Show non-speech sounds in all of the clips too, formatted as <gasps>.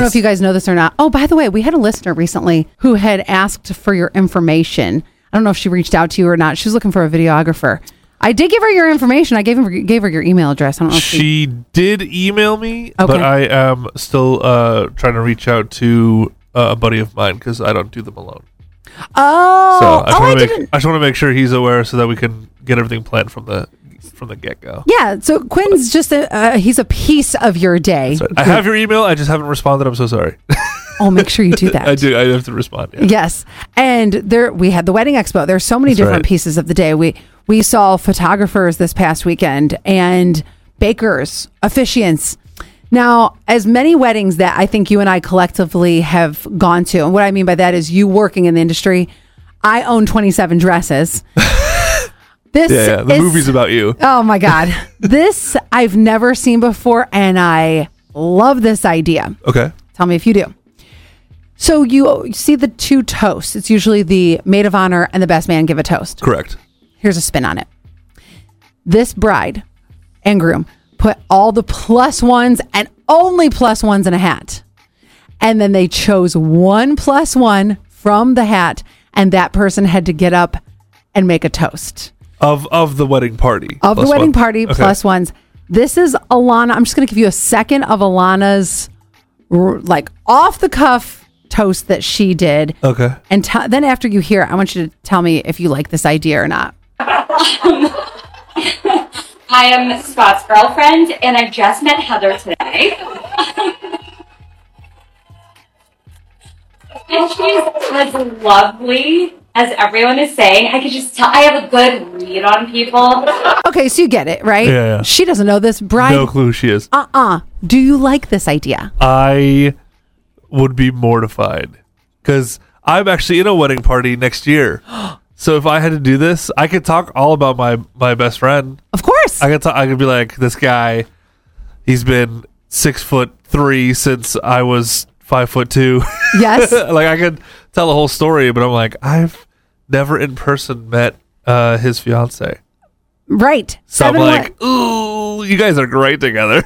know if you guys know this or not. Oh, by the way, we had a listener recently who had asked for your information. I don't know if she reached out to you or not. She was looking for a videographer. I did give her your information. I gave her gave her your email address. I don't know. If she, She did email me, Okay. but I am still uh, trying to reach out to uh, a buddy of mine because I don't do them alone. oh, So I just oh, I want to make didn't. I just want to make sure he's aware so that we can get everything planned from the from the get go. Yeah. So Quinn's just a, uh, he's a piece of your day. I have your email. I just haven't responded. I'm so sorry. <laughs> Oh, make sure you do that. I do. I have to respond. Yeah. Yes. And there we had the wedding expo. There's so many That's different right. pieces of the day. We we saw photographers this past weekend and bakers, officiants. Now, as many weddings that I think you and I collectively have gone to, and what I mean by that is you working in the industry, I own 27 <laughs> dresses. this Yeah, yeah. The is- movie's about you. Oh my God. <laughs> this I've never seen before, and I love this idea. Okay. Tell me if you do. So you see the two toasts. It's usually the maid of honor and the best man give a toast. Correct. Here's a spin on it. This bride and groom put all the plus ones and only plus ones in a hat. And then they chose one plus one from the hat, and that person had to get up and make a toast Of of the wedding party. of Plus the wedding one. party Okay. plus ones. This is Alana. I'm just going to give you a second of Alana's r- like off the cuff toast that she did. Okay. And t- then after you hear it, I want you to tell me if you like this idea or not. I am Scott's girlfriend, and I just met Heather today. <laughs> and she's as lovely as everyone is saying. I could just tell I have a good read on people. Okay, so you get it, right? Yeah, yeah. She doesn't know this. Bride, No clue Uh, who she is. uh uh Do you like this idea? I would be mortified because I'm actually in a wedding party <gasps> next year. So if I had to do this, I could talk all about my my best friend. Of course. I could talk, I could be like this guy. He's been six foot three since I was five foot two. <laughs> yes. like I could tell a whole story, but I'm like I've never in person met uh, his fiance. Right. So I'm Seven one- like, ooh, you guys are great together.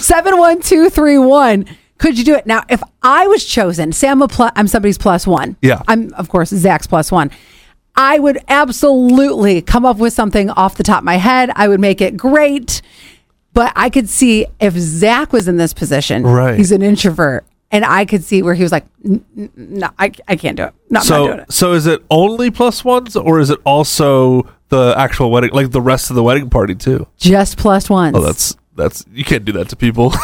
71231. Could you do it? Now, if I was chosen, say I'm, a pl- I'm somebody's plus one. Yeah. I'm, of course, Zach's plus one. I would absolutely come up with something off the top of my head. I would make it great. But I could see if Zach was in this position, Right. he's an introvert. And I could see where he was like, "N- n- no, I, I can't do it. No, I'm not doing So, it. so is it only plus ones, or is it also the actual wedding, like the rest of the wedding party too? Just plus ones. <laughs> Oh, that's that's you can't do that to people.